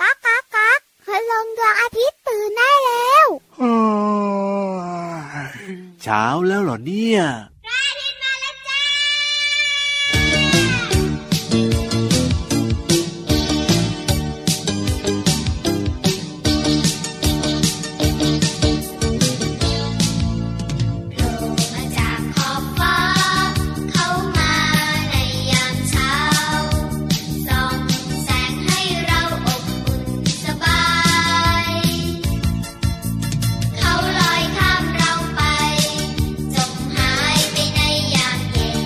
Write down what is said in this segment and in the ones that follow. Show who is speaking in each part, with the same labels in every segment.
Speaker 1: กักกักกักพลังดวงอาทิตย์ตื่นได้แล้ว
Speaker 2: เช้าแล้วเหรอเนี่ย
Speaker 1: พระอาทิตย์มาแล้วจ้า
Speaker 3: โผล่มาจากขอบฟ้า เข้ามาในยามเช้า ส่องแสงให้เราอบอุ่นสบาย เขาลอยข้ามเราไป จมหายไปในยามเย็น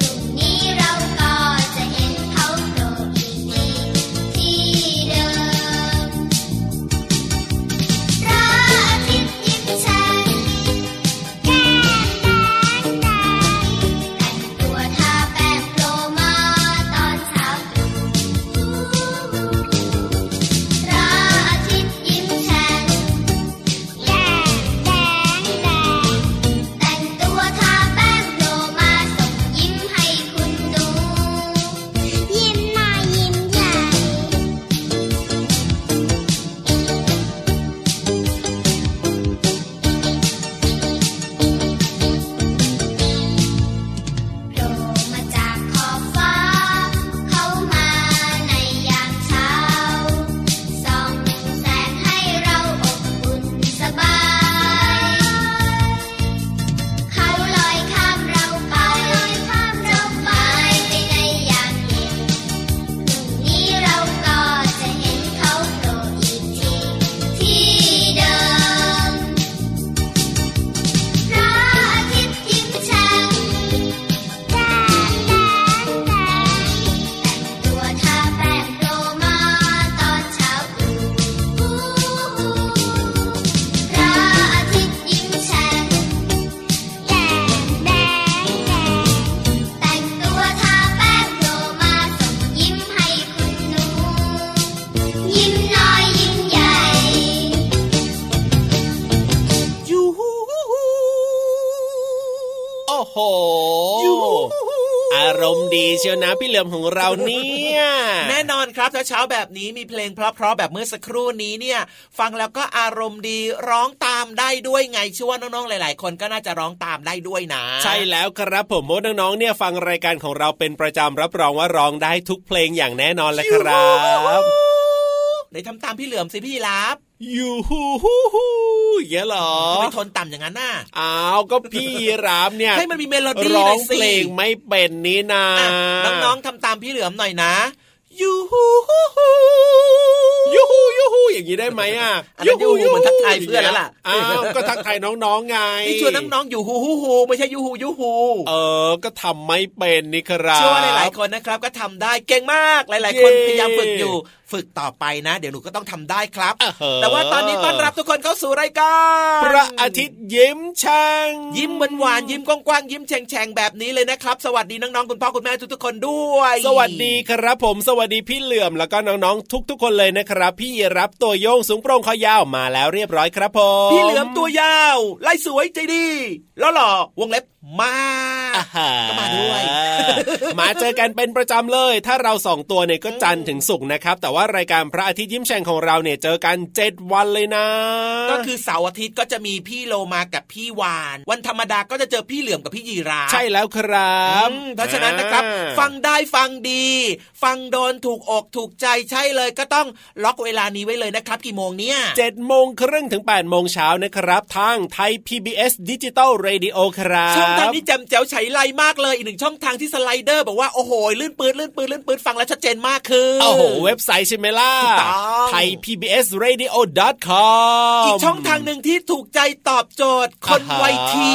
Speaker 3: พรุ่งนี้เราก็จะเห็นเขาโผล่อีกทีที่เดิม พระอาทิตย์ยิ้มแฉ่ง แก้มแดงๆแต่งตัวทาแป้งโปรมาตอนเช้าตรู่พระอาทิตย์ยิ้มแฉ่งแก้มแดงๆแต่งตัวทาแป้งโปรมาส่งยิ้มให้คุณดู ยิ้มหน้ายิ้มใหญ่ โผล่มาจากขอบฟ้า เข้ามาในยามเช้า ส่องแสงให้เราอบอุ่นสบาย เขาลอยข้ามเราไปลอยข้ามเราไปในยามเย็นพรุ่งนี้เราก็จะเห็นเขาโผล่อีกทีที่เดิม พระอาทิตย์ยิ้มแฉ่ง แดงแดงแดงแต่งตัวทาแป้งโรมาตอนเช้าตรู่พระอาทิตย์ยิ้มแฉ่งแดงแดงแดงแต่งตัวทาแป้งโรมาส่งยิ้มให้คุณหนู ยิ้มน้อยยิ้มใหญ่
Speaker 2: ยูฮูฮูฮู
Speaker 4: โอ้โห อารมณ์ดีเชียวนะพี่เหลือมของเราเนี่ย
Speaker 5: แน่นอนครับเช้าๆแบบนี้มีเพลงเพราะๆแบบเมื่อสักครู่นี้เนี่ย ฟังแล้วก็อารมณ์ดีร้องตามได้ด้วยไงเชื่อว่าน้องๆหลาย ๆ คนก็น่าจะร้องตามได้ด้วยนะ
Speaker 4: ใช่แล้วครับผมมดน้องๆเนี่ยฟังรายการของเราเป็นประจำรับรองว่าร้องได้ทุกเพลงอย่างแน่นอนเลยครับ
Speaker 5: เดี๋ยวทำตามพี่เหลือมสิพี่รับ
Speaker 4: ยูฮูฮูฮูเยอะเหรอ
Speaker 5: ทำไมโทนต่ำอย่างนั้นน่ะ
Speaker 4: อ้าวก็พี่รามเนี่ย
Speaker 5: ให้มันมีเมโลดี้
Speaker 4: ร้
Speaker 5: ห
Speaker 4: อ
Speaker 5: น่อง ย
Speaker 4: เพ
Speaker 5: สิ
Speaker 4: ลงไม่เป็นนี่นา
Speaker 5: อ่ะน้องๆทำตามพี่เหลือมหน่อยนะยูฮูฮูฮู
Speaker 4: ยูฮูยูฮูอย่างนี้ได้ไหมอ่ะ
Speaker 5: อันนั้นยูฮูเหมือนทักทายเพื่อนแล้วล่ะ
Speaker 4: อ้าวก็ทักทายน้องๆไง
Speaker 5: นี่ชวนน้องๆอยู่ฮูฮูฮูไม่ใช่ยูฮูยูฮู
Speaker 4: เออ ก็ทำไม่เป็นนี่ครับ
Speaker 5: เชื่อว่าหลายๆคนนะครับก็ทำได้เก่งมากหลาย ๆ คน
Speaker 4: เย้
Speaker 5: พยายามฝึกอยู่ ฝึกต่อไปนะ เดี๋ยวหนูก็ต้องทำได้ครับ
Speaker 4: อ่ะเหะ
Speaker 5: แต่ว่าตอนนี้ต้อนรับทุกคนเข้าสู่รายการ
Speaker 4: พระอาทิตย์ยิ้มช่าง
Speaker 5: ยิ้มหวานๆยิ้มกว้างๆยิ้มแฉ่งๆแบบนี้เลยนะครับ สวัสดีน้องๆคุณพ่อคุณแม่ทุกๆคนด้วย
Speaker 4: สวัสดีครับผม สวัสดีพี่เหลื่อมแล้วก็น้องๆ ทุก ๆ คนเลยนะครับ พี่รับตัวโยงสูงโปร่งคอยาวมาแล้วเรียบร้อยครับผม
Speaker 5: พี่เหลือมตัวยาวลายสวยใจดีแล้วหล่อวงเล็บมาก
Speaker 4: อ่าฮะ
Speaker 5: ก็มาด้วย
Speaker 4: มาเจอกันเป็นประจำเลย ถ้าเราสองตัวเนี่ยก็จันทร์ถึงศุกร์นะครับ แต่ว่ารายการพระอาทิตย์ยิ้มแฉ่งของเราเนี่ยเจอกันเจ็ดวันเลยนะ
Speaker 5: ก็คือเสาร์อาทิตย์ก็จะมีพี่โลมากับพี่วาน วันธรรมดาก็จะเจอพี่เหลือมกับพี่ยีราฟ
Speaker 4: ใช่แล้วครับ
Speaker 5: อืมเพราะฉะนั้นนะครับ
Speaker 4: อ่า
Speaker 5: ฟังได้ฟังดี ฟังโดนถูกอกถูกใจใช่เลยก็ต้องล็อกเวลานี้ไว้เลยนะครับ กี่โมงเนี่ย
Speaker 4: 7โมงครึ่งถึง8โมงเช้านะครับ ทางไทย PBS ดิจิตอล Radio ครับ
Speaker 5: ช่องทางนี้แจมแจ๋วไฉไลมากเลยอีกหนึ่งช่องทางที่สไลเดอร์บอกว่าโอ้โหลื่นปืนลื่นปืนลื่นปืนฟังแล้วชัดเจนมากคือ
Speaker 4: โอ้โห เว็บไซต์ใช่ไหมล่ะ
Speaker 5: ถูกต้อง
Speaker 4: ไทย PBS Radio com
Speaker 5: อีกช่องทางหนึ่งที่ถูกใจตอบโจทย์ คนวัยที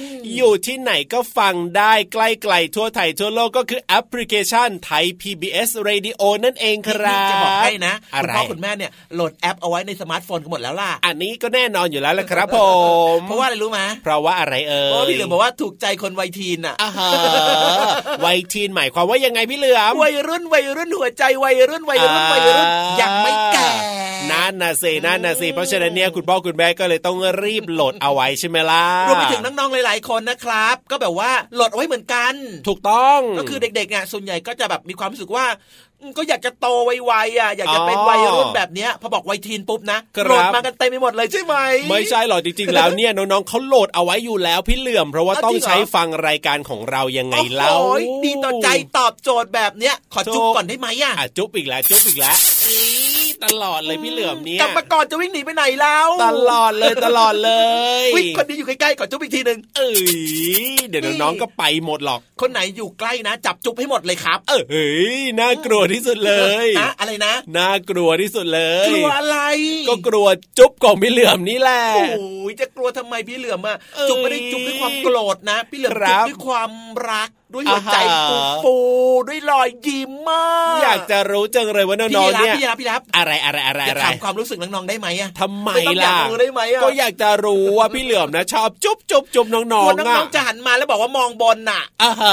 Speaker 5: น
Speaker 4: อยู่ที่ไหนก็ฟังได้ใกล้ไกลทั่วไทยทั่วโลกก็คือแอปพลิเคชันไทย PBS Radio นั่นเองครับ
Speaker 5: นี่จะบอกให้นะ
Speaker 4: อะ
Speaker 5: คุณ
Speaker 4: ไร
Speaker 5: พ่อคุณแม่เนี่ยโหลดแอปเอาไว้ในสมาร์ทโฟนกันหมดแล้วล่ะ
Speaker 4: อันนี้ก็แน่นอนอยู่แล้วละครับผม
Speaker 5: เพราะว่าอะไรรู้ไหม
Speaker 4: เพราะว่าอะไรเอ่ย
Speaker 5: เพราะว่าพี่เหลือมบอกว่าถูกใจคนวัยทีนอะ
Speaker 4: อ่าฮะ วัยทีนหมายความว่ายังไงพี่เหลือม
Speaker 5: วัยรุ่นวัยรุ่นหัวใจวัยรุ่นวัยรุ่นวัยรุ่นยังไม่แก่
Speaker 4: นั่นนะสินั่นนะสิเพราะฉะนั้นเนี่ยคุณพ่อคุณแม่ก็เลยต้องรีบโหลดเอาไว้ใช่ไหมล่ะ
Speaker 5: รวมไปถึงน้องๆหลาย ๆ คนนะครับ ก็แบบว่าโหลดเอาไว้เหมือนกัน
Speaker 4: ถูกต้อง
Speaker 5: ก็คือเด็กๆเนี่ยส่วนใหญ่ก็จะแบบมีความรู้สึกว่าอืมก็อยากจะโตไวๆอ่ะอยากจะเป็นวัยรุ่นแบบเนี้ยพอบอกวัยทีนปุ๊บนะครับ โหลดมากันเต็มไปหมดเลยใช่ไหม
Speaker 4: ไม่ใช่หรอกจริงๆ แล้วเนี่ยน้องๆเขาโหลดเอาไว้อยู่แล้วพี่เหลื่อม เพราะว่า
Speaker 5: เอา
Speaker 4: ต้อง
Speaker 5: จริงเหรอ
Speaker 4: ใช้ฟังรายการของเรายังไงเล่า
Speaker 5: โอ้ยดีต่อใจตอบโจทย์แบบเนี้ย ขอจุ๊บ
Speaker 4: ถูก
Speaker 5: ก่อนได้ไหมอ่ะ
Speaker 4: อ่ะจุ๊บอีกแล้วจุ๊บอีกแล้วอี๋ตลอดเลยพี่เหลื่อมเนี่ย
Speaker 5: กลับมาก่อนจะวิ่งหนีไปไหนแล้ว
Speaker 4: ตลอดเลยตลอดเลย
Speaker 5: วิ่งคนนี้อยู่ใกล้ๆขอจุ๊บอีกทีหนึ่ง
Speaker 4: เอ้ยเดี๋ยวน้องๆก็ไปหมดหรอก
Speaker 5: คนไหนอยู่ใกล้นะ จับจุ๊บให้หมดเลยครับ
Speaker 4: เอ้ยน่ากลัวที่สุดเลย
Speaker 5: นะอะไรนะ
Speaker 4: น่ากลัวที่สุดเลย
Speaker 5: กลัวอะไร
Speaker 4: ก็กลัวจุ๊บของพี่เหลื่อมนี่แหละ
Speaker 5: โอ้ยจะกลัวทำไมพี่เหลือมอ่ะ
Speaker 4: เอ้ย
Speaker 5: จุ๊บไม่ได้จุ๊บด้วยความโกรธนะ พี่เหลือม
Speaker 4: ครั
Speaker 5: จุ๊บบ ด้วยความรักด้วยหัว
Speaker 4: อ่าฮะ
Speaker 5: ใจฟูฟูๆด้วยรอยยิ้มมาก
Speaker 4: อยากจะรู้จังเลยว่า
Speaker 5: พี่
Speaker 4: น้องๆ
Speaker 5: รับ
Speaker 4: เนี่ย
Speaker 5: พี่รับพี่รับ
Speaker 4: อะไรอะไรอะไร
Speaker 5: จะ
Speaker 4: อะไร
Speaker 5: ถามความรู้สึกน้องๆได้ไหมอ่ะ
Speaker 4: ทำไม
Speaker 5: ไม่ต้องอยา
Speaker 4: ล่ะ
Speaker 5: กรู้ได้ไหมอะ
Speaker 4: ก็อยากจะรู้ว่าพี่เหลือมนะ ชอบจุ๊บจุ๊บจุ๊บน้อง
Speaker 5: ก
Speaker 4: ๆ
Speaker 5: ลัวน้
Speaker 4: อ่ะ
Speaker 5: องๆจะหันมาแล้วบอกว่ามองบนน่ะ
Speaker 4: อ่าฮะ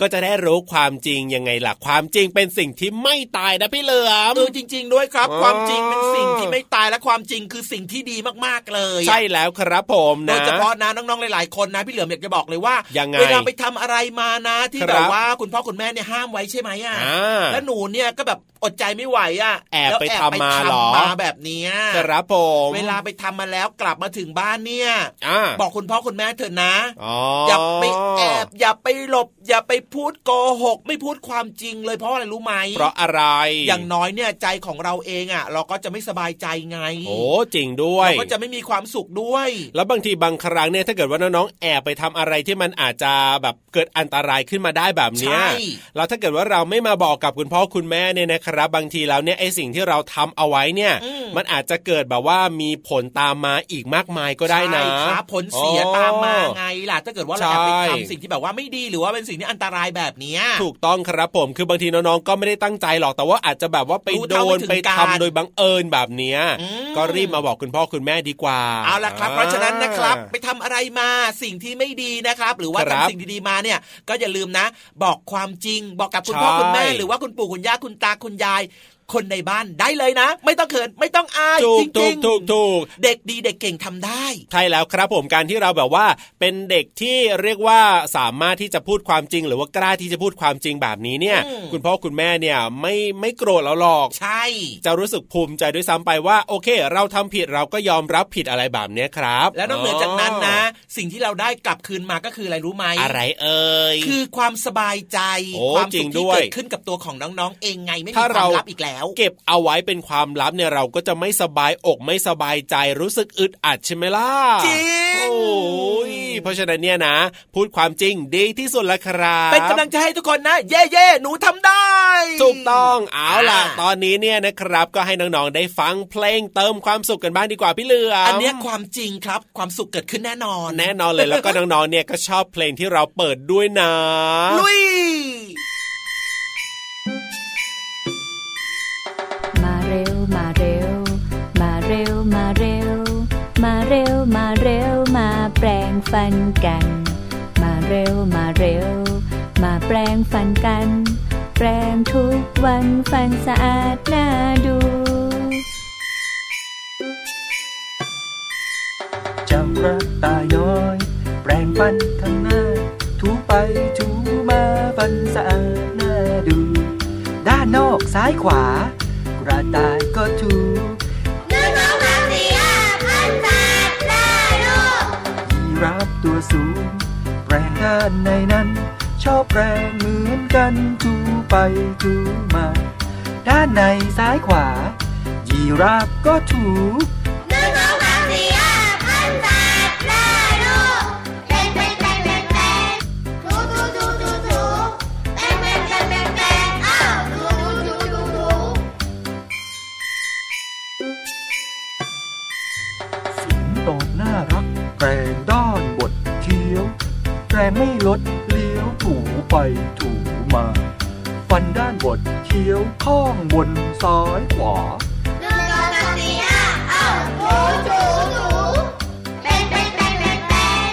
Speaker 4: ก็จะได้รู้ความจริงยังไงล่ะ ความจริงเป็นสิ่งที่ไม่ตายนะพี่เหลือม
Speaker 5: เออจริง ๆ ด้วยครับ
Speaker 4: อ๋อ
Speaker 5: ความจริงเป็นสิ่งที่ไม่ตายและความจริงคือสิ่งที่ดีมากๆเลย
Speaker 4: ใช่แล้วครับผม
Speaker 5: โด
Speaker 4: นะ
Speaker 5: ยเฉพาะนะน้องๆหลายๆคนนะพี่เหลือมอยากจะบอกเลยว่า
Speaker 4: ยังไง
Speaker 5: เวลาไปทำอะไรมานะที่
Speaker 4: ครับ
Speaker 5: แบบว่าคุณพ่อคุณแม่เนี่ยห้ามไว้ใช่ไหมอ่ะ
Speaker 4: อ่า
Speaker 5: แล้วหนูเนี่ยก็แบบอดใจไม่ไหวอ่ะ
Speaker 4: แอบ
Speaker 5: ล้ว
Speaker 4: ไปทำมาเหรอ
Speaker 5: แอบไปทำมาแบบเนี้ย
Speaker 4: ครับผม
Speaker 5: เวลาไปทำมาแล้วกลับมาถึงบ้านเนี่ย
Speaker 4: อ่า
Speaker 5: บอกคุณพ่อคุณแม่เถอะนะ
Speaker 4: อ๋ออย่
Speaker 5: อาไปแอบอย่าไปหลบ อย่าไปพูดโกหก ไม่พูดความจริงเลยเพราะอะไรรู้ไหม
Speaker 4: เพราะอะไร
Speaker 5: อย่างน้อยเนี่ยใจของเราเองอ่ะ เราก็จะไม่สบายใจไง
Speaker 4: โอ้จริงด้วย
Speaker 5: เราก็จะไม่มีความสุขด้วย
Speaker 4: แล้วบางทีบางครั้งเนี่ยถ้าเกิดว่าน้องๆแอบไปทำอะไรที่มันอาจจะแบบเกิดอันตรายขึ้นมาได้แบบเนี้ย
Speaker 5: ใช่
Speaker 4: แล้วถ้าเกิดว่าเราไม่มาบอกกับคุณพ่อคุณแม่เนี่ยนะครับ บางทีแล้วเนี่ยไอสิ่งที่เราทำเอาไว้เนี่ย มันอาจจะเกิดแบบว่ามีผลตามมาอีกมากมายก็ได้นะ
Speaker 5: ใช่ครับผลเสียตามมาไงล่ะถ้าเกิดว่าเราแอบไป
Speaker 4: ใช่
Speaker 5: ทำสิ่งที่แบบว่าไม่ดีหรือว่าเป็นสิ่งที่อันตรายแบบเนี้ย
Speaker 4: ถูกต้องครับผมคือบางทีน้องๆก็ไม่ได้ตั้งใจหรอกแต่ว่าอาจจะแบบว่าไป
Speaker 5: รู้
Speaker 4: โด
Speaker 5: เท่าไม่
Speaker 4: น
Speaker 5: ถึง
Speaker 4: ไป
Speaker 5: การ
Speaker 4: ทำโดยบังเอิญแบบเนี้ย
Speaker 5: อืม
Speaker 4: ก็รีบมาบอกคุณพ่อคุณแม่ดีกว่า
Speaker 5: เอาล่ะครับ เพราะฉะนั้นนะครับ
Speaker 4: อ่า
Speaker 5: ไปทำอะไรมาสิ่งที่ไม่ดีนะครับ หรือว่า
Speaker 4: ครั
Speaker 5: ทำ
Speaker 4: บ
Speaker 5: สิ่งดีๆมาเนี่ย ก็อย่าลืมนะ บอกความจริง บอกกับคุณพ่อ
Speaker 4: ใช่
Speaker 5: คุณแม่หรือว่าคุณปู่คุณย่าคุณตาคุณยาย คนในบ้านได้เลยนะ ไม่ต้องเขินไม่ต้องอาย
Speaker 4: ถู
Speaker 5: จ
Speaker 4: กถู
Speaker 5: ริ
Speaker 4: ก
Speaker 5: ง
Speaker 4: ถูกถูก
Speaker 5: ๆเด็กดีเด็กเก่งทำได้
Speaker 4: ใช่แล้วครับผมการที่เราแบบว่าเป็นเด็กที่เรียกว่าสามารถที่จะพูดความจริง หรือว่ากล้าที่จะพูดความจริงแบบนี้เนี่ย
Speaker 5: อืม
Speaker 4: คุณพ่อคุณแม่เนี่ยไม่ไม่โกรธเราหรอก
Speaker 5: ใช่
Speaker 4: จะรู้สึกภูมิใจด้วยซ้ำไปว่า โอเค เราทำผิดเราก็ยอมรับผิดอะไรแบบเนี้ยครับ
Speaker 5: แล้วนอกเหนือจากนั้นนะ สิ่งที่เราได้กลับคืนมาก็คืออะไรรู้ไหม
Speaker 4: อะไรเอ่ย
Speaker 5: คือความสบายใจ
Speaker 4: โอ้
Speaker 5: ความ
Speaker 4: จริ
Speaker 5: สุข
Speaker 4: งด้
Speaker 5: ที่
Speaker 4: วย
Speaker 5: เกิดขึ้นกับตัวของน้องๆเองไงไม่มี
Speaker 4: ถ้า
Speaker 5: ควา
Speaker 4: เรา
Speaker 5: มลับอีกแล้ว
Speaker 4: เก็บเอาไว้เป็นความลับเนี่ยเราก็จะไม่สบายอกไม่สบายใจรู้สึกอึดอัดใช่ไหมล่ะ
Speaker 5: จริง
Speaker 4: โอ้ยเพราะฉะนั้นเนี่ยนะ พูดความจริงดีที่สุดละครับ
Speaker 5: เป็นกำลังใจให้ทุกคนนะ เย่เย่ๆหนูทำได้
Speaker 4: ถูกต้องเอาล่ะ
Speaker 5: อ่า
Speaker 4: ตอนนี้เนี่ยนะครับ ก็ให้น้องๆได้ฟังเพลงเติมความสุขกันบ้างดีกว่าพี่เหลือ
Speaker 5: อั
Speaker 4: อั
Speaker 5: นเนี้ยความจริงครับ ความสุขเกิดขึ้นแน่นอน
Speaker 4: แน่นอนเลยแล้วก็น้องๆเนี่ยก็ชอบเพลงที่เราเปิดด้วยนะ
Speaker 5: ลุย
Speaker 6: มาเร็วมาเร็ว มาเร็วมาเร็ว มาเร็วมาเร็วมาแปลงฟันกัน มาเร็วมาเร็ว มาแปลงฟันกัน แปลงทุกวันฟันสะอาดน่าดู
Speaker 7: เจ้ากระต่ายน้อย แปรงฟันข้างหน้า ถูไปถูมาฟันสะอาดน่าดู ด้านนอกซ้ายขวา กระต่ายก็ถู
Speaker 3: ดูน้องมาเรียพันศาสตร์หน้าลูก
Speaker 7: ยีรับตัวสูง แปรงด้านในนั้น ชอบแปรงเหมือนกันถูไปถูมา ด้านในซ้ายขวา ยีราฟก็ถู
Speaker 3: นึกเอามาเสียพันบาทหน้าลูกแปลงแปลงแปลงแปลงแปลงถูถูถูถูถูแปลงแปลงแปลงแปลงแปลงอ้าวถูถูถูถูถู
Speaker 7: สิงโตน่ารักแปรงด้านบดเคี้ยวแปรงไม่ลดเลี้ยวถูไปถูมา ฟันด้านบดเคี้ยวข้องบนซ้ายขวา
Speaker 3: นึกเอามาเสียอ้าวถูถูถูแปลงแปลงแปลงแปลงแปลง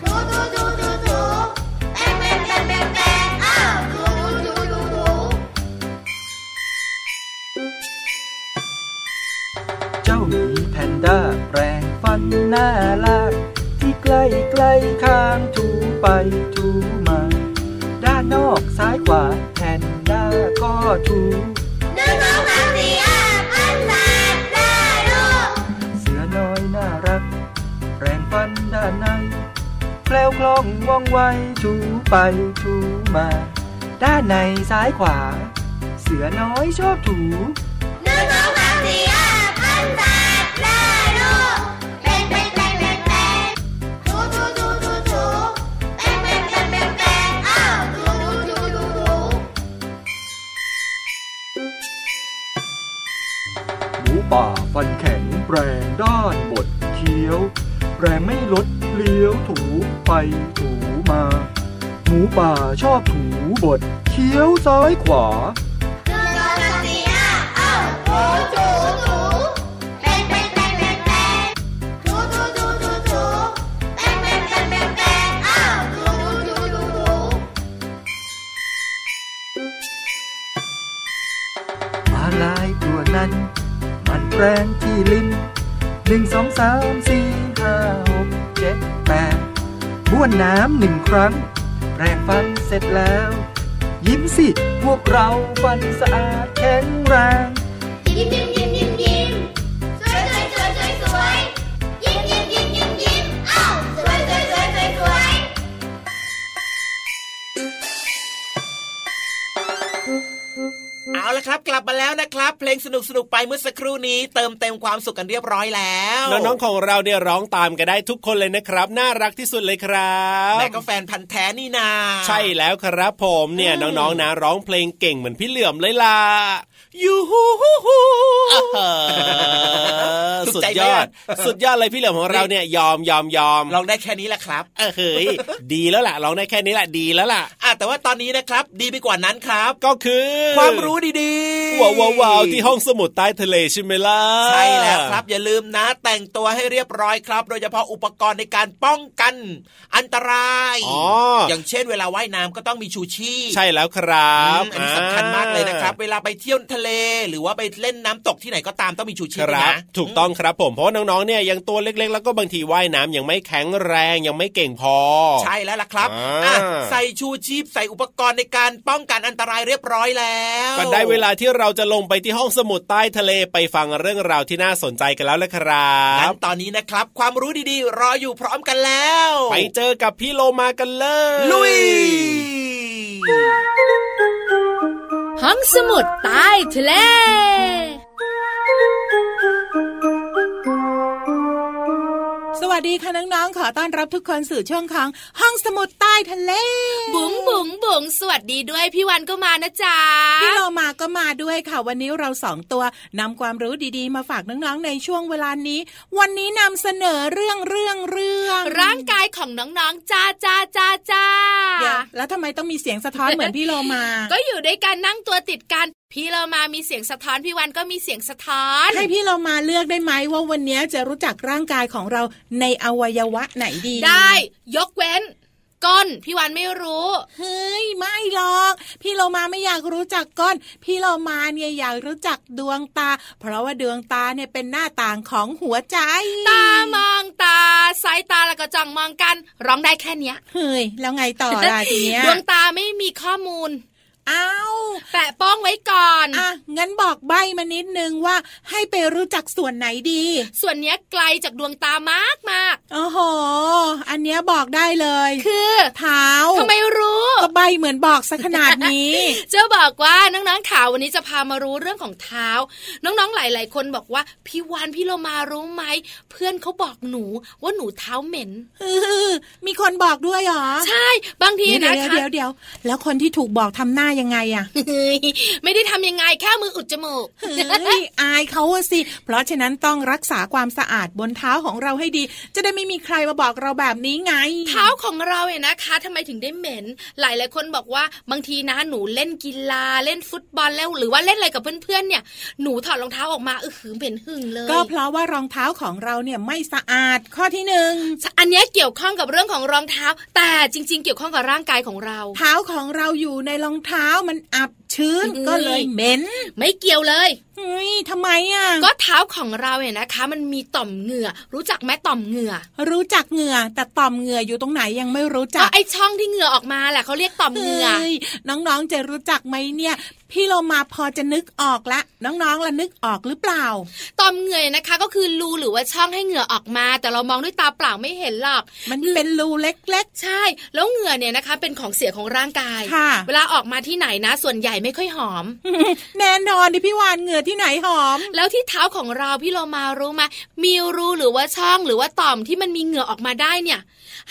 Speaker 3: ถูถูถูถูถูแปลงแปลงแปลงแปลงแปลงอ้าวถูถูถูถูถู
Speaker 7: ด้าแปรงฟันหน้าลากที่ใกล้ใกล้ๆข้างถูไปถูมา ด้านนอกซ้ายขวาแพนด้าก็ถู
Speaker 3: ดูน้องมาเรียปั้นแบบได้ลูก
Speaker 7: เสือน้อยน่ารัก แปรงฟันด้านในแคล้วคล่องว่องไวถูไปถูมา ด้านในซ้ายขวา เสือน้อยชอบถู
Speaker 3: หนูน้องมาเรียปั้นแบบได้ลูกแปลงแปลงแปลงแปลงแปลงถูถูถูถูถูแปลงแปลงแปลงแปลงแปลงอ้าวถูถูถูถูถู
Speaker 7: หมูป่าฟันแข็งแปรงด้านบดเคี้ยว แรงไม่ลดเลี้ยวถูไปถูมา หมูป่าชอบถูบดเคี้ยวซ้ายขวา
Speaker 3: หนูน้องมาเรียอ้าวถูถูถูแปลงแปลงแปลงแปลงแปลงถูถูถูถูถูแปลงแปลงแปลงแปลงแปลงอ้าวถูถูถูถูถู
Speaker 7: มาลายตัวนั้น มันแรงที่ลิ้นหนึ่งสองสามสี่ห้าหกเจ็ดแปดบ้วนน้ำหนึ่งครั้ง แปรงฟันเสร็จแล้ว ยิ้มสิ พวกเราฟันสะอาดแข็งแรง
Speaker 3: ยิ้มยิ้มยิ้มยิ้มยิ้มสวยสวยสวยสวยสวยยิ้มยิ้มยิ้มยิ้มยิ้มอ้าวสวยสวยสวยสวยสวย
Speaker 5: เอาละครับ กลับมาแล้วนะครับ เพลงสนุกสนุกๆไปเมื่อสักครู่นี้ เติมเต็มความสุขกันเรียบร้อยแล้ว
Speaker 4: น้องๆของเราเนี่ยร้องตามกันได้ทุกคนเลยนะครับ น่ารักที่สุดเลยครับ
Speaker 5: แม่ก็แฟนพันธ์แท้นี่นา
Speaker 4: ใช่แล้วครับผมเนี่ยน้องๆนะร้องเพลงเก่งเหมือนพี่เหลื่อมเลยล่ะยูฮูฮูฮู
Speaker 5: ถูก
Speaker 4: สุด
Speaker 5: ใจ
Speaker 4: ย
Speaker 5: ไหม
Speaker 4: อ
Speaker 5: ล่ะ
Speaker 4: ด สุดยอดเลยพี่เหลื่อมของเราเนี่ยยอมยอมยอม
Speaker 5: ลองได้แค่นี้แหละครับ
Speaker 4: เออเฮ้ยดีแล้วล่ะร้องได้แค่นี้แหละดีแล้วล่ะ
Speaker 5: อ่ะแต่ว่าตอนนี้นะครับ ดีไปกว่านั้นครับ
Speaker 4: ก็คือ
Speaker 5: ความรู้ดีๆ
Speaker 4: ว้าวว้าวว้าวที่ห้องสมุดใต้ทะเลใช่ไหมล่ะ
Speaker 5: ใช่แล้วครับ อย่าลืมนะ แต่งตัวให้เรียบร้อยครับ โดยเฉพาะอุปกรณ์ในการป้องกัน อันตราย
Speaker 4: อ๋ออ
Speaker 5: ย่างเช่น เวลาว่ายน้ำก็ต้องมีชูชีพ
Speaker 4: ใช่แล้วครับ
Speaker 5: อืมอันนี้สำคัญมากเลยนะครับ เวลาไปเที่ยวทะเล หรือว่าไปเล่นน้ำตกที่ไหนก็ตามต้องมีชูชี
Speaker 4: ค
Speaker 5: พ
Speaker 4: รับ
Speaker 5: นะ
Speaker 4: ถูกต้องครับผมเพราะน้องๆเนี่ยยังตัวเล็กๆ แล้วก็บางทีว่ายน้ำยังไม่แข็งแรงยังไม่เก่งพอ
Speaker 5: ใช่แล้วล่ะครับ
Speaker 4: อ่า
Speaker 5: อ่ะใส่ชูชีพใส่อุปกรณ์ในการป้องกันอันตรายเรียบร้อยแล้ว
Speaker 4: ก็ได้เวลาที่เราจะลงไปที่ห้องสมุดใต้ทะเลไปฟังเรื่องราวที่น่าสนใจกันแล้วละครั
Speaker 5: งั้
Speaker 4: บ
Speaker 5: นตอนนี้นะครับ ความรู้ดีๆ รออยู่พร้อมกันแล้ว
Speaker 4: ไปเจอกับพี่โลมากันเลย
Speaker 5: ลุย
Speaker 8: ห้องสมุดใต้ทะเล
Speaker 9: สวัสดีค่ะน้องๆ ขอต้อนรับทุกคนสู่ช่วงของห้องสมุดใต้ทะเล
Speaker 8: บุ๋งบุ๋งบุ๋งสวัสดีด้วยพี่วันก็มานะจ๊ะ
Speaker 9: พี่เรามาก็มาด้วยค่ะ วันนี้เราสองตัวนำความรู้ดีๆ มาฝากน้องๆ ในช่วงเวลานี้ วันนี้นำเสนอเรื่องเรื่องเรื่อง
Speaker 8: ร่างกายของน้องๆจ้าจ้าจ้าจ้า
Speaker 9: เดี๋ยวแล้วทำไมต้องมีเสียงสะท้อนเหมือนพี่เรามา
Speaker 8: ก็อยู่ด้วยกันนั่งตัวติดกัน พี่เรามามีเสียงสะท้อนพี่วันก็มีเสียงสะท้อน
Speaker 9: ให้พี่เรามาเลือกได้ไหมว่าวันนี้จะรู้จักร่างกายของเราในอวัยวะไหนดี
Speaker 8: ได้ ยกเว้น ก้นพี่วันไม่รู้
Speaker 9: เฮ้ยไม่หรอกพี่เรามาไม่อยากรู้จักก้น พี่เรามาเนี่ยอยากรู้จักดวงตา เพราะว่าดวงตาเนี่ยเป็นหน้าต่างของหัวใจ
Speaker 8: ตามองตาสายตาแล้วก็จ้องมองกัน ร้องได้แค่เนี้ย
Speaker 9: เฮ้ยแล้วไงต่อล่ะทีเนี้ย
Speaker 8: ดวงตาไม่มีข้อมูล
Speaker 9: อ้าว
Speaker 8: แปะโป้องไว้ก่อน
Speaker 9: อ่ะงั้นบอกใบมานิดนึงว่าให้ไปรู้จักส่วนไหนดี
Speaker 8: ส่วนเนี้ยไกลจากดวงตามากมาก
Speaker 9: โอ้โห อันเนี้ยบอกได้เลย
Speaker 8: ๆคือ
Speaker 9: เท้า
Speaker 8: ทำไมรู้
Speaker 9: ก็ใบเหมือนบอกซะขนาดนี้
Speaker 8: จะบอกว่าน้องๆข่าววันนี้จะพามารู้เรื่องของเท้า น้องๆหลาย ๆ คนบอกว่าพี่วานพี่โลมารู้ไหม เพื่อนเขาบอกหนูว่าหนูเท้า เหม็น
Speaker 9: อือมีคนบอกด้วยเหรอ
Speaker 8: ใช่บางที
Speaker 9: เดี๋ยว
Speaker 8: นะ
Speaker 9: เดี๋ยว
Speaker 8: คะ
Speaker 9: เดี๋ยวเดี๋ยวแล้วคนที่ถูกบอกทำหน้ายังไงอะ
Speaker 8: เฮ้ย ไม่ได้ทำยังไงแค่มืออุดจมูก
Speaker 9: เฮ้ยอายเขาอะสิ เพราะฉะนั้นต้องรักษาความสะอาดบนเท้าของเราให้ดี จะได้ไม่มีใครมาบอกเราแบบนี้ไง
Speaker 8: เท้าของเราเนี่ยนะคะทำไมถึงได้เหม็น หลายหลายๆคนบอกว่าบางทีนะหนูเล่นกีฬาเล่นฟุตบอลแล้วหรือว่าเล่นอะไรกับเพื่อนๆเนี่ยหนูถอดรองเท้าออกมาเออหือเหม็นหึ่งเลย
Speaker 9: ก็เพราะว่ารองเท้าของเราเนี่ยไม่สะอาดข้อที่หนึ่ง
Speaker 8: อันเนี้ยเกี่ยวข้องกับเรื่องของรองเท้า แต่จริง ๆ เกี่ยวข้องกับร่างกายของเรา
Speaker 9: เท้าของเราอยู่ในรองเท้ามันอับชื้น
Speaker 8: อืม
Speaker 9: ก็เลยเหม็น
Speaker 8: ไม่เกี่ยวเลย
Speaker 9: เฮ้ยทำไมอ่ะ
Speaker 8: ก็เท้าของเราเนี่ยนะคะ มันมีต่อมเหงื่อ รู้จักไหมต่อมเหงื่อ
Speaker 9: รู้จักเหงื่อแต่ต่อมเหงื่ออยู่ตรงไหนยังไม่รู้จั
Speaker 8: ก็
Speaker 9: ก
Speaker 8: ไอช่องที่เหงื่อออกมาแหละเขาเรียกต่อมเหงื่อ
Speaker 9: ฮ้ยน้องๆจะรู้จักไหมเนี่ย พี่เรามาพอจะนึกออกละน้องๆละนึกออกหรือเปล่า
Speaker 8: ต่อมเหงื่อนะคะ ก็คือรูหรือว่าช่องให้เหงื่อออกมา แต่เรามองด้วยตาเปล่าไม่เห็นหรอก
Speaker 9: มันเป็นรูเล็ก
Speaker 8: ใช่ แล้วเหงื่อเนี่ยนะคะ เป็นของเสียของร่างกาย
Speaker 9: ค่ะ
Speaker 8: เวลาออกมาที่ไหนนะ ส่วนใหญ่ไม่ค่อยหอม
Speaker 9: ๆ แน่นอนดิพี่วานเหงื่อที่ไหนหอม
Speaker 8: แล้วที่เท้าของเราพี่เรามารู้ไหมมีรูหรือว่าช่องหรือว่าต่อมที่มันมีเหงื่อออกมาได้เนี่ย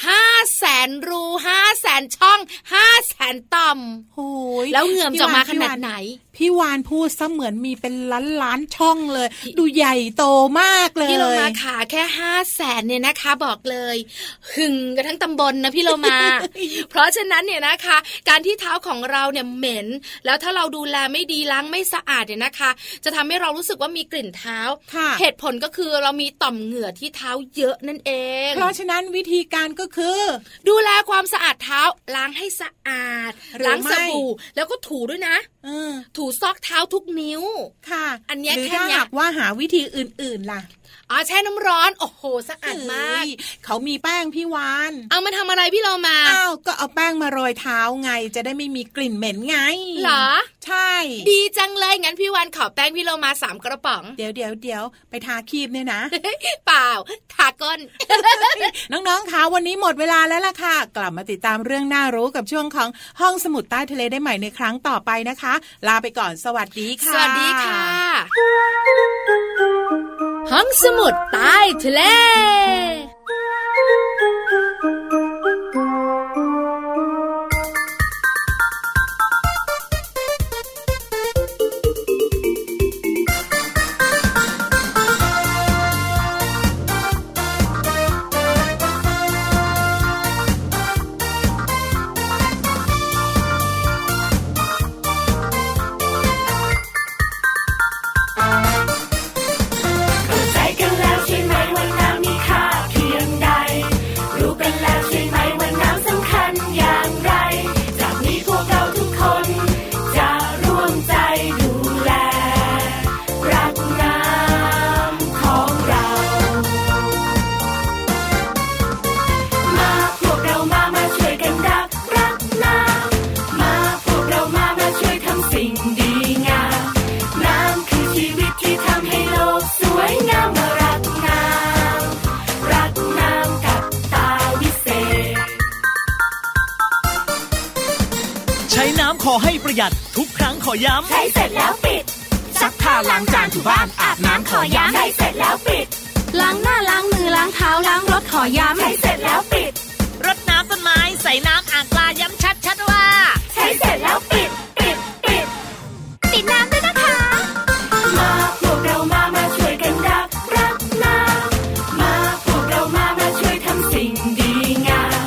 Speaker 8: ห้าแสนรูห้าแสนช่องห้าแสนต่อม
Speaker 9: โอ้ย
Speaker 8: แล้วเหงื่อมนจะออกมาข
Speaker 9: พี่ว
Speaker 8: นาดไหน
Speaker 9: พี่วานพูดซะเหมือนมีเป็นล้านล้านๆช่องเลย ดูใหญ่โตมากเลย
Speaker 8: พี่โลมาขาแค่ห้าแสนเนี่ยนะคะ บอกเลย หึงกันทั้งตำบลนะพี่โลมา เพราะฉะนั้นเนี่ยนะคะ การที่เท้าของเราเนี่ยเหม็น แล้วถ้าเราดูแลไม่ดีล้างไม่สะอาดเนี่ยนะคะ จะทำให้เรารู้สึกว่ามีกลิ่นเท้า
Speaker 9: ค่ะ
Speaker 8: เหตุผลก็คือเรามีต่อมเหงื่อที่เท้าเยอะนั่นเอง
Speaker 9: เพราะฉะนั้นวิธีการก็คือ
Speaker 8: ดูแลความสะอาดเท้าล้างให้สะอาด
Speaker 9: หรือ
Speaker 8: ล้างส
Speaker 9: ไม่
Speaker 8: บู่แล้วก็ถูด้วยนะ
Speaker 9: เออ
Speaker 8: ถูซอกเท้าทุกนิ้ว
Speaker 9: ค่ะ
Speaker 8: อันเนี้ย
Speaker 9: หรื
Speaker 8: แค่
Speaker 9: ถ้า
Speaker 8: เนี้ย
Speaker 9: หากว่าหาวิธีอื่นๆล่ะ
Speaker 8: อ๋อแช่น้ำร้อนโอ้โหสะอาดมา
Speaker 9: เฮ้
Speaker 8: ก
Speaker 9: ยเขามีแป้งพี่วาน
Speaker 8: เอามาทำอะไรพี่โลมา
Speaker 9: อ้าวก็เอาแป้งมาโรยเท้าไง จะได้ไม่มีกลิ่นเหม็นไง
Speaker 8: เหรอ
Speaker 9: ใช่
Speaker 8: ดีจังเลยงั้นพี่วันขอแป้งพี่โลมาสามกระป๋อง
Speaker 9: เดี๋ยวเดี๋ยวเดี๋ยวไปทาครีมเนี่ยนะ
Speaker 8: เปล่าทาก้น
Speaker 9: น้องๆ คะวันนี้หมดเวลาแล้วล่ะค่ะ กลับมาติดตามเรื่องน่ารู้กับช่วงของห้องสมุดใต้ทะเลได้ใหม่ในครั้งต่อไปนะคะ ลาไปก่อนสวัสดี
Speaker 8: ส
Speaker 9: ค่ะ
Speaker 8: วัสดีค่ะ ห้องสมุดใต้ทะเล
Speaker 10: ใช้น้ำขอให้ประหยัดทุกครั้งขอย้ำ
Speaker 3: ใช้เสร็จแล้วปิด ซักผ้าล้างจานถูบ้านอาบน้ำขอย้ำใช้เสร็จแล้วปิด ล้างหน้าล้างมือล้างเท้าล้างรถขอย้ำใช้เสร็จแล้วปิด
Speaker 10: รดน้ำต้นไม้ใส่น้ำอ่างปลาย้ำชัดชัดว่า
Speaker 3: ใช้เสร็จแล้วปิด ปิด ปิด ปิดน้ำด้วยนะคะ มาพวกเรามามาช่วยกันรักรักน้ำมาพวกเรามามาช่วยทำสิ่งดีงาม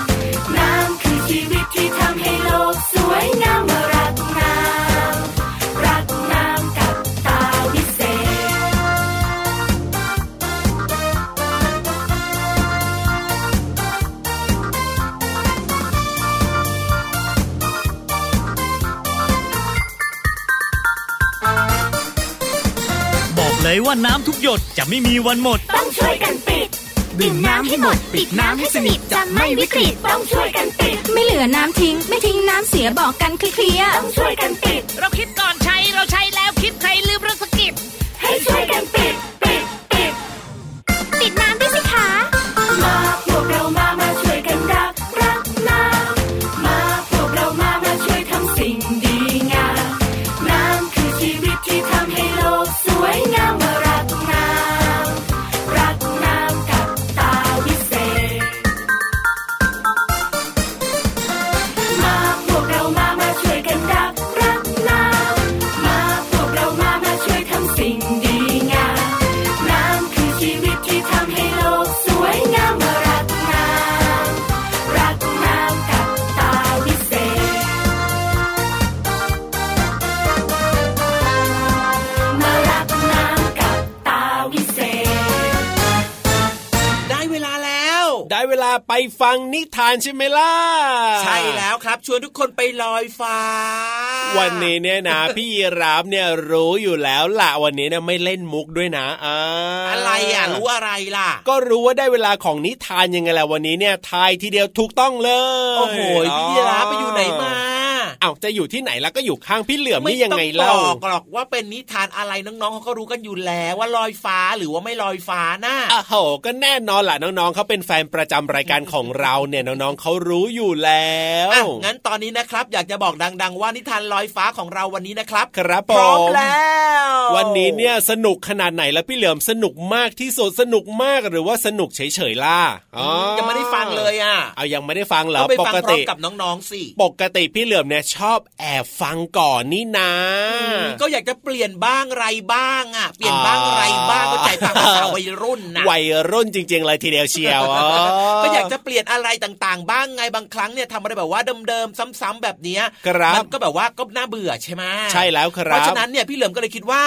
Speaker 3: น้ำคือชีวิตที่ทำให้โลกสวยงามมารักน้ำรักน้ำกับตาวิเศษ
Speaker 10: บอกเลยว่าน้ำทุกหยดจะไม่มีวันหมด
Speaker 3: ต้องช่วยกันปิด ดื่มน้ำให้หมด ปิดน้ำให้สนิทจะไม่วิกฤตต้องช่วยกันปิด ไม่เหลือน้ำทิ้ง ไม่ทิ้งน้ำเสียบอกกันเคลียร์ต้องช่วยกันปิด
Speaker 10: เราคิดก่อนใช้เราใช้แล้วคิดใครลืมเรื่องสกิป
Speaker 3: ให้ช่วยกันปิด ปิด ปิด ปิดน้ำด้วยสิคะมาพวกเรามามาช่วยกันรักรักน้ำมาพวกเรามามาช่วยทำสิ่งดีงามน้ำคือชีวิตที่ทำให้โลกสวยงามมารักน้ำรักน้ำกับตาวิเศษ มาพวกเรามามาช่วยกันรักรักน้ำมาพ
Speaker 4: ได้เวลาไปฟังนิทานใช่ไหมล่ะ
Speaker 5: ใช่แล้วครับชวนทุกคนไปลอยฟ้า
Speaker 4: วันนี้เนี่ย นะ พี่ยีราฟเนี่ยรู้อยู่แล้วล่ะวันนี้เนี่ยไม่เล่นมุกด้วยนะอ่า
Speaker 5: อะไรอ่ะรู้อะไรล่ะ
Speaker 4: ก็รู้ว่าได้เวลาของนิทานยังไงล่ะวันนี้เนี่ยทายทีเดียวถูกต้องเลย
Speaker 5: โอ้โหพี่ยีราฟไปอยู่ไหนมา
Speaker 4: เอาจะอยู่ที่ไหนแล้วก็อยู่ข้างพี่เหลือมนี่ยังไง
Speaker 5: ม่
Speaker 4: เล่า
Speaker 5: ต้องบอกหรอกว่าเป็นนิทานอะไรน้องๆเขาก็รู้กันอยู่แล้วว่าลอยฟ้าหรือว่าไม่ลอยฟ้านะ
Speaker 4: โอ้โหก็แน่นอนล่ะน้องๆเขาเป็นแฟนประจำรายการของเราเนี่ยน้องๆเขารู้อยู่แล้ว
Speaker 5: อ่ะงั้นตอนนี้นะครับ อยากจะบอกดัง ๆ ว่านิทานลอยฟ้าของเราวันนี้นะครับ
Speaker 4: ครับ
Speaker 5: พ
Speaker 4: ผ
Speaker 5: ร้อม
Speaker 4: ม
Speaker 5: แล้ว
Speaker 4: วันนี้เนี่ยสนุกขนาดไหนแล้วพี่เหลือมสนุกมากที่สุดสนุกมากหรือว่าสนุกเฉยๆล่ะอ๋อ
Speaker 5: ยังไม่ได้ฟังเลยอ่ะ
Speaker 4: เอายังไม่ได้ฟังเหรอ
Speaker 5: ก็ไป
Speaker 4: ป
Speaker 5: ฟัง
Speaker 4: ก
Speaker 5: พร้อ
Speaker 4: ติ
Speaker 5: มกับน้องๆสิ
Speaker 4: ปกติพี่เหลือมเนี่ยชอบแอบฟังก่อนนี่นะ
Speaker 5: ก็อยากจะเปลี่ยนบ้างไรบ้างอ่ะเปลี่ยนบ้างไรบ้างก็ใจตามภาษาวัยรุ่นนะ
Speaker 4: วัยรุ่นจริง ๆ เลยทีเดียวเชียวอ๋อ
Speaker 5: ก็อยากจะเปลี่ยนอะไรต่างๆ บ้างไงบางครั้งเนี่ยทำอะไรแบบว่าเดิมๆซ้ำๆแบบเนี้ย
Speaker 4: ครับ
Speaker 5: มัก็แบบว่าก็น่าเบื่อใช่ไหม
Speaker 4: ใช่แล้วค
Speaker 5: เพ
Speaker 4: รับ
Speaker 5: ราะฉะนั้นเนี่ยพี่เหลิมก็เลยคิดว่า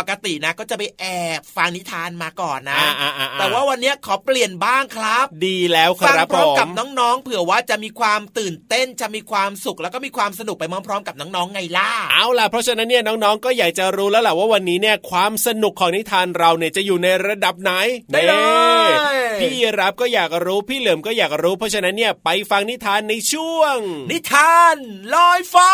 Speaker 5: ปกตินะก็จะไปแอบฟังนิทานมาก่อนนะ
Speaker 4: อ่าอ่าอ่
Speaker 5: แต่ว่าวันเนี้ยขอเปลี่ยนบ้างครับ
Speaker 4: ดีแล้วค
Speaker 5: ฟั
Speaker 4: รับ
Speaker 5: พร้อมกับ
Speaker 4: ผม
Speaker 5: น้องๆเผื่อว่าจะมีความตื่นเต้นจะมีความสุขแล้วก็มีความสนุกไปพร้อมๆกับน้องๆไงล่ะ
Speaker 4: เอาล่ะเพราะฉะนั้นเนี่ยน้องๆ ก็อยากจะรู้แล้วแหละว่าวันนี้เนี่ยความสนุกของนิทานเราเนี่ยจะอยู่ในระดับไหน
Speaker 5: ได้เลย
Speaker 4: นี่พี่รับก็อยากรู้พี่เหลิมก็อยากรู้ เพราะฉะนั้นเนี่ยไปฟังนิทานในช่วง
Speaker 5: นิทานลอยฟ้า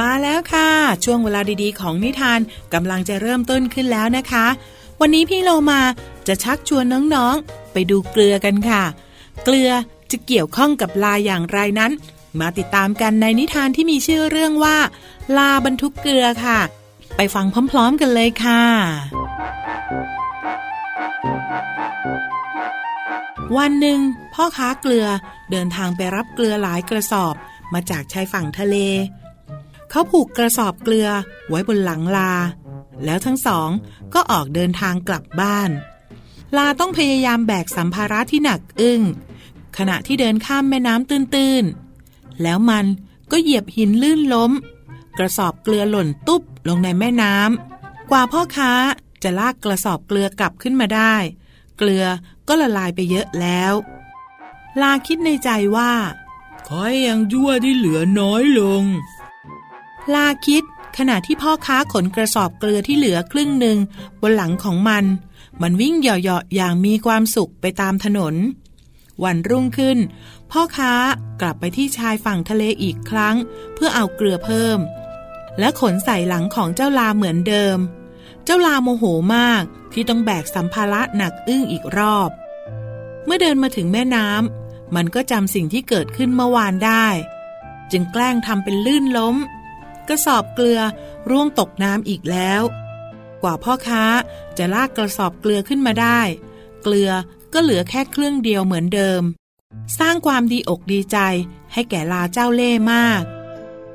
Speaker 9: มาแล้วค่ะ ช่วงเวลาดีๆ ของนิทานกำลังจะเริ่มต้นขึ้นแล้วนะคะ วันนี้พี่เรามาจะชักชวนน้องๆ ไปดูเกลือกันค่ะ เกลือจะเกี่ยวข้องกับลาอย่างไรนั้น มาติดตามกันในนิทานที่มีชื่อเรื่องว่า ลาบรรทุกเกลือค่ะ ไปฟังพร้อมๆกันเลยค่ะ วันหนึ่งพ่อค้าเกลือเดินทางไปรับเกลือหลายกระสอบ มาจากชายฝั่งทะเล เขาผูกกระสอบเกลือไว้บนหลังลา แล้วทั้งสองก็ออกเดินทางกลับบ้าน ลาต้องพยายามแบกสัมภาระที่หนักอึ้ง ขณะที่เดินข้ามแม่น้ำตื้นๆ แล้วมันก็เหยียบหินลื่นล้ม กระสอบเกลือหล่นตุ๊บลงในแม่น้ำกว่าพ่อค้าจะลากกระสอบเกลือกลับขึ้นมาได้ เกลือก็ละลายไปเยอะแล้ว ลาคิดในใจว่า ขอให้ยังยั่วที่เหลือน้อยลง ลาคิดขณะที่พ่อค้าขนกระสอบเกลือที่เหลือครึ่งหนึ่งบนหลังของมัน มันวิ่งเหยาะๆอย่างมีความสุขไปตามถนน วันรุ่งขึ้น พ่อค้ากลับไปที่ชายฝั่งทะเลอีกครั้ง เพื่อเอาเกลือเพิ่ม และขนใส่หลังของเจ้าลาเหมือนเดิม เจ้าลาโมโหมากที่ต้องแบกสัมภาระหนักอึ้งอีกรอบ เมื่อเดินมาถึงแม่น้ำมันก็จำสิ่งที่เกิดขึ้นเมื่อวานได้ จึงแกล้งทำเป็นลื่นล้ม กระสอบเกลือร่วงตกน้ำอีกแล้ว กว่าพ่อค้าจะลากกระสอบเกลือขึ้นมาได้ เกลือก็เหลือแค่เครื่องเดียวเหมือนเดิม สร้างความดีอกดีใจให้แก่ลาเจ้าเล่ห์มาก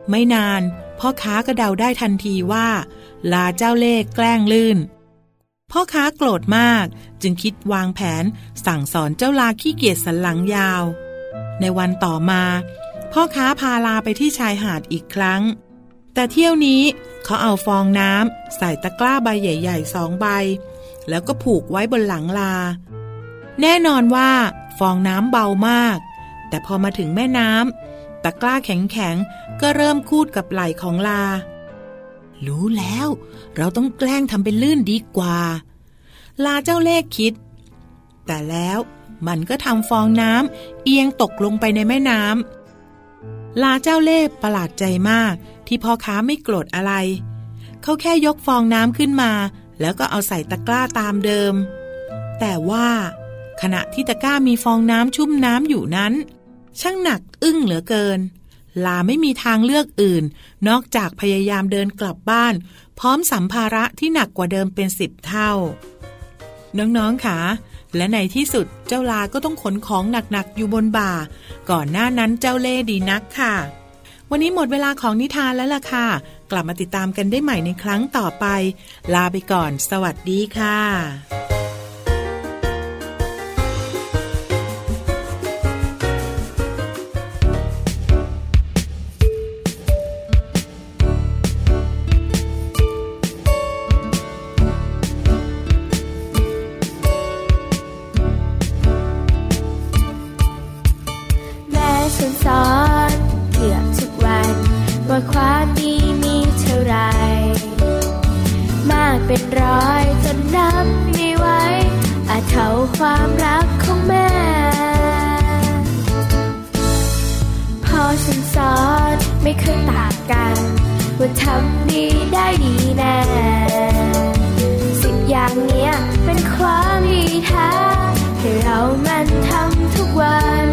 Speaker 9: ไม่นาน พ่อค้าก็เดาได้ทันทีว่า ลาเจ้าเล่ห์แกล้งลื่น พ่อค้าโกรธมากจึงคิดวางแผนสั่งสอนเจ้าลาขี้เกียจสันหลังยาว ในวันต่อมา พ่อค้าพาลาไปที่ชายหาดอีกครั้ง แต่เที่ยวนี้เขาเอาฟองน้ำใส่ตะกร้าใบใหญ่ๆสองใบ แล้วก็ผูกไว้บนหลังลา แน่นอนว่าฟองน้ำเบามาก แต่พอมาถึงแม่น้ำตะกร้าแข็งๆ ก็เริ่มคูดกับไหล่ของลา รู้แล้ว เราต้องแกล้งทำเป็นลื่นดีกว่า ลาเจ้าเล่ห์คิด แต่แล้วมันก็ทำฟองน้ำเอียงตกลงไปในแม่น้ำ ลาเจ้าเล่ห์ประหลาดใจมากที่พ่อค้าไม่โกรธอะไร เขาแค่ยกฟองน้ำขึ้นมา แล้วก็เอาใส่ตะกร้าตามเดิม แต่ว่า ขณะที่ตะกร้ามีฟองน้ำชุ่มน้ำอยู่นั้น ช่างหนักอึ้งเหลือเกิน ลาไม่มีทางเลือกอื่น นอกจากพยายามเดินกลับบ้าน พร้อมสัมภาระที่หนักกว่าเดิมเป็นสิบเท่า น้องๆค่ะ และในที่สุดเจ้าลาก็ต้องขนของหนักๆ อยู่บนบ่า ก่อนหน้านั้นเจ้าเล่ห์ดีนักค่ะ วันนี้หมดเวลาของนิทานแล้วล่ะค่ะ กลับมาติดตามกันได้ใหม่ในครั้งต่อไป ลาไปก่อน สวัสดีค่ะ
Speaker 5: ล
Speaker 11: สอนสอนเกือบทุกวันว่าความดีมีเท่าไหรมากเป็นร้อยจนนับไม่ไหวอาจเท่าความรักของแม่ พอฉันสอนไม่เคยต่างกัน ว่าทำดีได้ดีแน่สิบอย่างเนี้ยเป็นความดีแท้ให้เรามันทำทุกวัน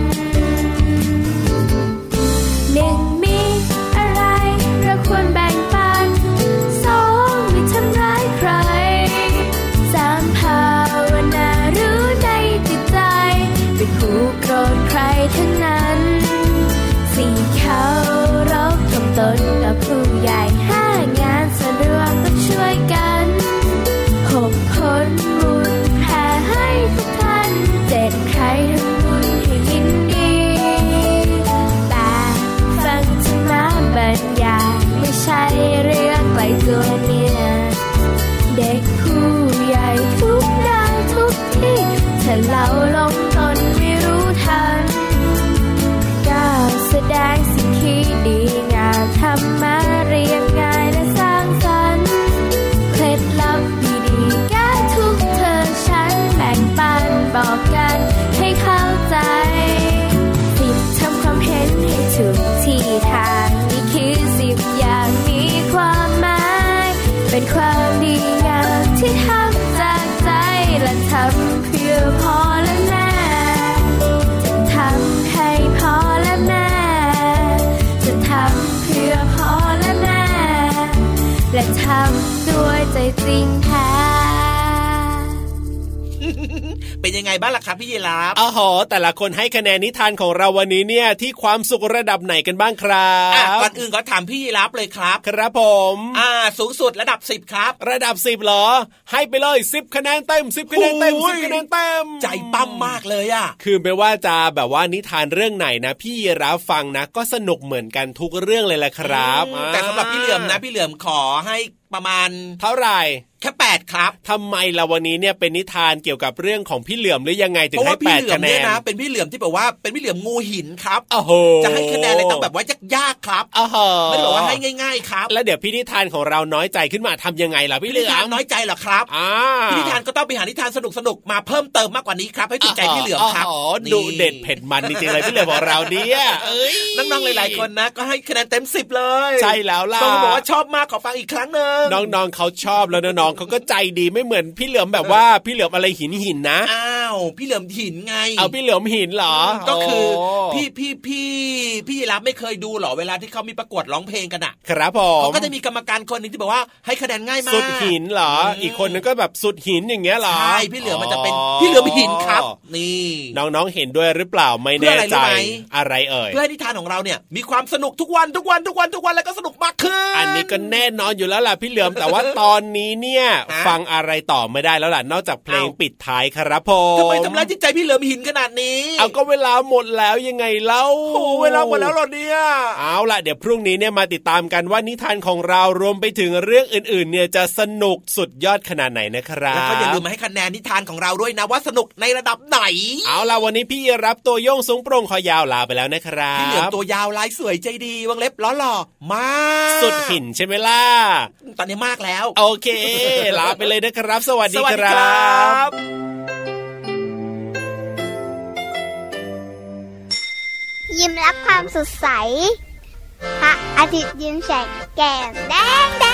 Speaker 11: หนึ่งมีอะไรเราควรแบ่งปันสองไม่ทำร้ายใครสามภาวนารู้ในจิตใจไม่ผูกโกรธใครทั้งนั้น สี่เขารบทำตนกับผู้ใหญ่ห้างานสะดวกต้องช่วยกันหกคนบุญแผ่ให้ทุกท่านเจ็ดใครทำบุญให้ยินดีแปดฟังธรรมะบรรยายไม่ใช่เรื่องไกลตัวเนี่ย เด็กผู้ใหญ่ทุกดานทุกที่ถ้าเราลงตนไม่รู้ทัน ก้าวแสดงสิ่งที่ดีงามทำมาเรียบง่ายและสร้างสรรค์เคล็ดลับดีๆแก้ทุกเธอฉันแบ่งปันบอกกันให้เข้าใจสิบทำความเห็นให้ถูกที่ทางนี่คือสิบอย่างมีความหมาย เป็นความดีงามที่ทำจากใจและทำเพื่อพ่อและแม่ ทำให้พ่อและแม่ จะทำเพื่อพ่อและแม่ และทำด้วยใจจริงแท้
Speaker 5: เป็นยังไงบ้างล่ะครับพี่ยีราฟ
Speaker 4: อ๋อโหแต่ละคนให้คะแนนนิทานของเราวันนี้เนี่ยที่ความสุขระดับไหนกันบ้างครั
Speaker 5: อ่ะ
Speaker 4: บ
Speaker 5: ก่อนอื่นก็ถามพี่ยีราฟเลยครับ
Speaker 4: ครับผม
Speaker 5: อ่า สูงสุดระดับสิบครับ
Speaker 4: ระดับ 10เหรอ ให้ไปเลย 10 คะแนนเต็ม 10 คะแนนเต็ม
Speaker 5: โอ้ย
Speaker 4: 10 คะแนนเต็ม
Speaker 5: ใจปั้มมากเลยอ่ะ
Speaker 4: คือไม่ว่าจะแบบว่านิทานเรื่องไหนนะ พี่รับฟังนะ ก็สนุกเหมือนกันทุกเรื่องเลยแหละครับ
Speaker 5: อืมแต่สำหรับพี่เหลือมนะพี่เหลือมขอให้ประมาณ
Speaker 4: เท่าไหร่
Speaker 5: แค่แปดครับ
Speaker 4: ทำไมล่ะวันนี้เนี่ยเป็นนิทานเกี่ยวกับเรื่องของพี่เหลือมหรือยังไงถึ
Speaker 5: เพ
Speaker 4: ง
Speaker 5: ราะว่า
Speaker 4: ให้แป
Speaker 5: พี่
Speaker 4: ด
Speaker 5: เหลือม
Speaker 4: คะแน
Speaker 5: เนี่ย
Speaker 4: น
Speaker 5: นะเป็นพี่เหลือมที่แบบว่าเป็นพี่เหลือมงูหินครับ
Speaker 4: โอ้โห
Speaker 5: จะให้คะแนนอะไรต้องแบบว่ายากๆครับ
Speaker 4: โอ้โห
Speaker 5: ไม่ได้บอกว่าให้ง่ายๆครับ
Speaker 4: แล้วเดี๋ยวพี่นิทานของเราน้อยใจขึ้นมาทำยังไงล่ะพี่
Speaker 5: พี่
Speaker 4: เห
Speaker 5: นิ
Speaker 4: ลือ
Speaker 5: ทาน
Speaker 4: ม
Speaker 5: น้อยใจเหรอครับ
Speaker 4: อ่า
Speaker 5: พี่นิทานก็ต้องไปหานิทานสนุกๆมาเพิ่มเติมมากกว่านี้ครับให้ถูกใจพี่เหลือมครับ
Speaker 4: อ๋อ
Speaker 5: นี่
Speaker 4: ดุเด็ดเผ็ดมันจริงๆเลยพี่เหลือมของเราเนี่ยเอ้ย
Speaker 5: น้องๆหลายๆคนนะ ก็ให้คะแนนเต็มสิบเลย
Speaker 4: ใช่แล้วล่ะ
Speaker 5: บางคนบอกว่าชอบมากขอฟังอีกครั้งหนึ่ง
Speaker 4: น้องๆเขาชอบแล้วน้องๆเขาก็ใจดีไม่เหมือนพี่เหลือมแบบว่าพี่เหลือมอะไรหินหินๆนะ
Speaker 5: อ้าวพี่เหลือมหินไง
Speaker 4: เอาพี่เหลือมหินเหรอ
Speaker 5: ก็คือ
Speaker 4: โ
Speaker 5: พี่พี่พี่พี่ยีรับไม่เคยดูหรอเวลาที่เขามีประกวดร้องเพลงกันอ่ะ
Speaker 4: ครับผ
Speaker 5: เขา
Speaker 4: ม
Speaker 5: ก็จะมีกรรมการคนหนึ่งที่บอกว่าให้คะแนนง่ายมาก
Speaker 4: สุดหินเหรอ
Speaker 5: อืม
Speaker 4: อีกคนนึงก็แบบสุดหินอย่างเงี้ยเหรอ
Speaker 5: ใช่พี่เหลือมันจะเป็นพี่เหลือมหินครับ นี่
Speaker 4: น้องๆเห็นด้วยหรือเปล่าไม่
Speaker 5: เพื่อ
Speaker 4: แน่
Speaker 5: อะไรรู้
Speaker 4: ใจ
Speaker 5: ไหม
Speaker 4: อะไรเอ่ย
Speaker 5: เพื่อให้นิทานของเราเนี่ย มีความสนุกทุกวันทุกวันทุกวันทุกวันแล้วก็สนุกมากขึ้น
Speaker 4: อันนี้ก็แน่นอนอยู่แล้วล่ะพี่เหลือม แต่ว่าตอนนี้เนี่ย
Speaker 5: ฮะ
Speaker 4: ฟังอะไรต่อไม่ได้แล้วล่ะนอกจากเพลง
Speaker 5: เอ้า
Speaker 4: ปิดท้ายครับผม
Speaker 5: ทำไมทำร้ายจิตใจพี่เหลือมหินขนาดนี้
Speaker 4: เอาก็เวลาหมดแล้วยังไงเล่า
Speaker 5: โอ้โหเวลาหมดแล้วเหรอเนี่ย
Speaker 4: เอาล่ะเดี๋ยวพรุ่งนี้เนี่ยมาติดตามกันว่านิทานของเรารวมไปถึงเรื่องอื่น ๆ เนี่ยจะสนุกสุดยอดขนาดไหนนะครับ
Speaker 5: แล้วก็อย่าลืมมาให้คะแนนนิทานของเราด้วยนะว่าสนุกในระดับไหน
Speaker 4: เอาล่ะวันนี้พี่รับตัวโยงสูงโปร่งคอยาวลาไปแล้วนะครับ
Speaker 5: พี่เหลือมตัวยาวลายสวยใจดีวงเล็บล้อหล่อมาก
Speaker 4: สุดหินใช่ไหมล่ะ
Speaker 5: ตอนนี้มากแล้ว
Speaker 4: โอเค ลาไปเลยนะครับ สวัสดี
Speaker 5: สวัสดี
Speaker 4: ค
Speaker 5: ครั
Speaker 4: รับ
Speaker 5: บ
Speaker 1: ยิ้มรับความสดใส พระอาทิตย์ยิ้มแฉกแก้มแดงแดง